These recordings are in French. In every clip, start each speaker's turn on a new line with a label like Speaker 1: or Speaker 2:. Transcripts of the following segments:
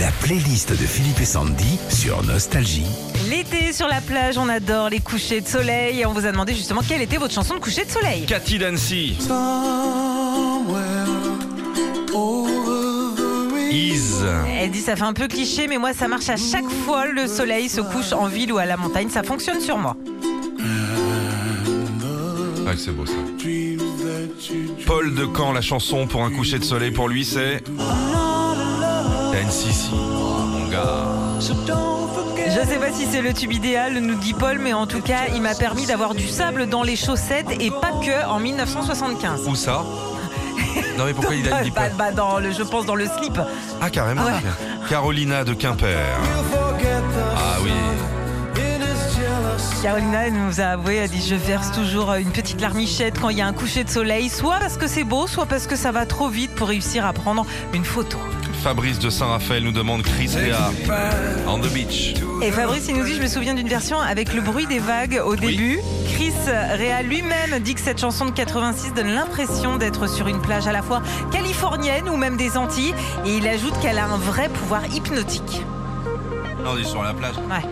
Speaker 1: La playlist de Philippe et Sandy sur Nostalgie.
Speaker 2: L'été sur la plage, on adore les couchers de soleil. Et on vous a demandé justement quelle était votre chanson de coucher de soleil.
Speaker 3: Cathy Dancy. Is.
Speaker 2: Elle dit ça fait un peu cliché, mais moi ça marche à chaque fois le soleil se couche en ville ou à la montagne, ça fonctionne sur moi.
Speaker 3: Ah, c'est beau ça. Paul de Caen, la chanson pour un coucher de soleil pour lui, c'est. NCC. Oh, mon gars.
Speaker 2: Je sais pas si c'est le tube idéal, nous dit Paul, mais en tout cas il m'a permis d'avoir du sable dans les chaussettes et pas que en 1975.
Speaker 3: Où ça Non, mais pourquoi il a dit
Speaker 2: Bah, bah,
Speaker 3: pas
Speaker 2: dans le, je pense dans le slip.
Speaker 3: Ah, carrément.
Speaker 2: Ouais.
Speaker 3: Carolina de Quimper. Ah oui.
Speaker 2: Carolina elle nous a avoué, elle dit je verse toujours une petite larmichette quand il y a un coucher de soleil, soit parce que c'est beau, soit parce que ça va trop vite pour réussir à prendre une photo.
Speaker 3: Fabrice de Saint-Raphaël nous demande Chris Léa. On the beach.
Speaker 2: Et Fabrice, il nous dit, je me souviens d'une version avec le bruit des vagues au début. Chris Rea lui-même dit que cette chanson de 86 donne l'impression d'être sur une plage à la fois californienne ou même des Antilles. Et il ajoute qu'elle a un vrai pouvoir hypnotique.
Speaker 3: Non, on est sur la plage.
Speaker 2: Ouais.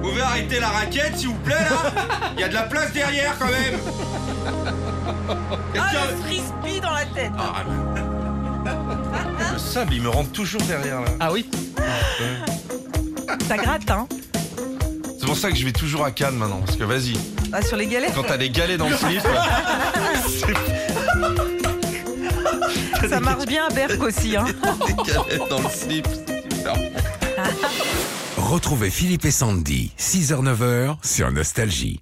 Speaker 3: Vous pouvez arrêter la raquette, s'il vous plaît, là Il y a de la place derrière, quand même
Speaker 2: Ah,
Speaker 3: Quelqu'un-
Speaker 2: le frisbee dans la tête
Speaker 3: Ah, ah. Le sable, il me rentre toujours derrière, là.
Speaker 4: Ah oui
Speaker 2: Ça gratte, hein
Speaker 3: C'est pour ça que je vais toujours à Cannes, maintenant. Parce que, vas-y,
Speaker 2: Ah, Sur les galets,
Speaker 3: quand t'as des galets dans le slip... c'est-
Speaker 2: ça marche bien à Berck aussi. Hein.
Speaker 3: Des galets dans le slip, c'est super.
Speaker 1: Retrouvez Philippe et Sandy, 6h-9h sur Nostalgie.